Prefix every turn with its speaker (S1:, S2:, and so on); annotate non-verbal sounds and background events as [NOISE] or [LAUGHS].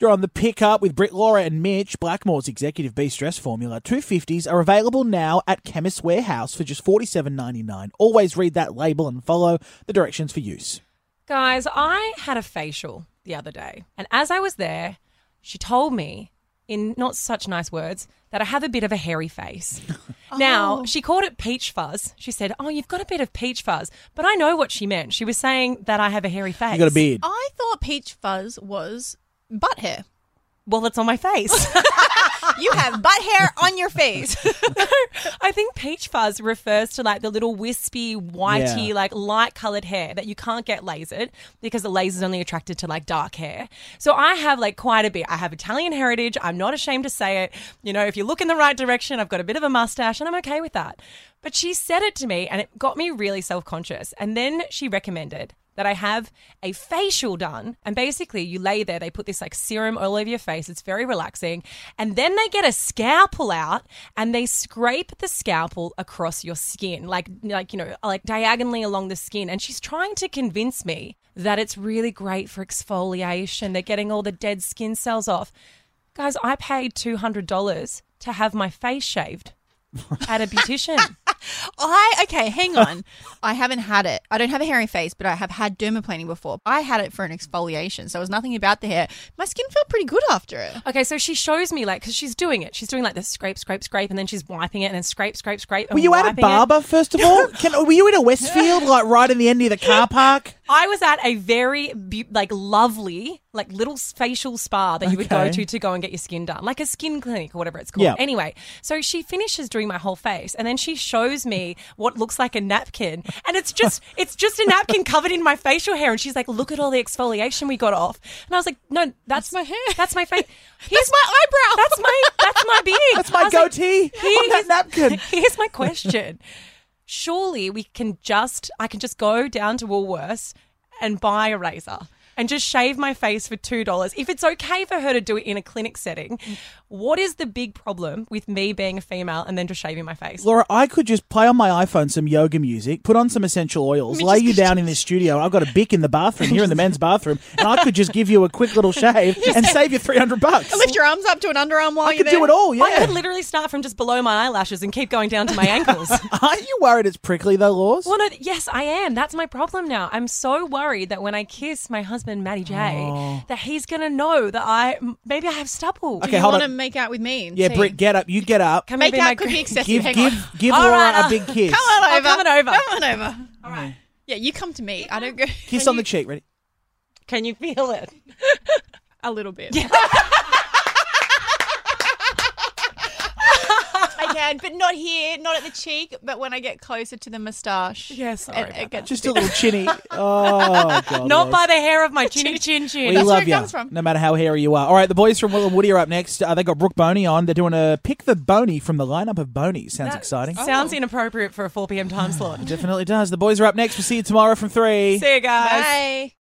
S1: You're on the pickup with Britt Laura and Mitch. Blackmore's Executive B Stress Formula 250s are available now at Chemist Warehouse for just $47.99. Always read that label and follow the directions for use.
S2: Guys, I had a facial the other day, and as I was there, she told me in not such nice words that I have a bit of a hairy face. Now, she called it peach fuzz. She said, "Oh, you've got a bit of peach fuzz." But I know what she meant. She was saying that I have a hairy face.
S1: You got a beard.
S2: Oh,
S3: I thought peach fuzz was butt hair.
S2: Well, it's on my face.
S3: You
S1: [LAUGHS]
S3: have butt hair on your face.
S2: I think peach fuzz refers to like the little wispy, whitey,
S1: Yeah.
S2: like light colored hair that you can't get lasered because the laser's only attracted to like dark hair. So I have like quite a bit. I have Italian heritage. I'm not ashamed to say it. You know, if you look in the right direction, I've got a bit of a mustache and I'm okay with that. But she said it to me and it got me really self conscious. And then she recommended that I have a facial done. And basically, you lay there, they put this like serum all over your face. It's very relaxing. And then they get a scalpel out and they scrape the scalpel across your skin, like, like you know, like diagonally along the skin. And she's trying to convince me that it's really great for exfoliation. They're getting all the dead skin cells off. Guys, I paid $200 to have my face shaved at a beautician.
S3: I okay, hang on. I haven't had it. I don't have a hairy face, but I have had dermaplaning before. I had it for an exfoliation, so it was nothing about the hair. My skin felt pretty good after it.
S2: Okay, so she shows me like because she's doing it. She's doing like this scrape, scrape, scrape, and then she's wiping it, and then scrape, scrape, scrape. and
S1: Were you at a
S2: wiping it.
S1: barber, first of
S2: [LAUGHS]
S1: all? Can, were you in a Westfield, like right in the end of the car park?
S2: I was at a very be- like lovely like little facial spa that you would go
S1: Okay.
S2: to to go and get your skin done, like a skin clinic or whatever it's called.
S1: Yeah.
S2: Anyway, so she finishes doing my whole face, and then she shows me what looks like a napkin, and
S1: [LAUGHS]
S2: it's just it's just a napkin covered in my facial hair, and she's like, "Look at all the exfoliation we got off," and I was like, "No, that's, my hair. That's
S1: [LAUGHS]
S2: my face. Here's my eyebrow. That's my that's my beard.
S1: That's my
S2: I was like,
S1: goatee
S2: [LAUGHS]
S1: on that
S2: here's-
S1: napkin.
S2: Here's my question. Surely we can just I can just go down to Woolworths and buy a razor and just shave my face for two dollars. If it's okay for her to do it in a clinic setting, what is the big problem with me being a female and then just shaving my face?
S1: Laura, I could just play on my iPhone some yoga music, put on some essential oils, lay you down
S2: [LAUGHS]
S1: in this studio. I've got a bic in the bathroom here in the men's bathroom, and I could just give you a quick little
S2: [LAUGHS]
S1: shave and save you three hundred bucks.
S3: Lift your arms up to an underarm while
S1: I
S3: you're
S1: could do it all. Yeah.
S2: I
S1: [LAUGHS]
S2: could literally start from just below my eyelashes and keep going down to my ankles.
S1: Aren't you worried it's prickly though, Laws?
S2: Well, no, th- yes, I am. That's my problem now. I'm so worried that when I kiss my husband, Matty J, that he's going to know that I m- maybe I have stubble.
S1: Oh. Okay,
S3: you
S1: hold
S3: want to
S1: on.
S3: make out with me? And
S1: yeah,
S3: see.
S1: Britt, get up. You get up.
S2: Come here,
S3: Make
S2: be my
S3: out could
S2: gr-
S3: be excessive.
S1: give
S3: hang
S1: give
S3: on.
S1: give
S2: All
S1: Laura
S2: right,
S1: a
S2: I'll-
S1: big kiss.
S3: Come on
S2: Oh,
S3: over.
S2: come on over.
S3: Come
S1: [LAUGHS]
S3: on over.
S2: All right.
S3: Yeah, you come to me. I don't go
S1: Kiss on the cheek. Ready?
S2: Can you feel it?
S3: a little bit. I can, but not here, not at the cheek, but when I get closer to the moustache.
S2: Yeah, sorry
S3: it- it
S2: about
S3: gets-
S1: Just a little chinny. [LAUGHS] Oh [LAUGHS] god.
S2: Not
S1: Laws.
S2: by the hair of my chinny chin
S1: We
S2: chin.
S3: That's where
S1: love
S3: it
S1: you,
S3: comes from.
S1: no matter how hairy you are. All right, the boys from Will and Woody are up next. Uh, they got Brooke Boney on. They're doing a pick the Boney from the lineup of Bonies. Sounds exciting.
S2: Sounds inappropriate for a 4 p.m. time slot.
S1: Definitely does. The boys are up next. We'll see you tomorrow from three.
S2: See you guys.
S3: Bye.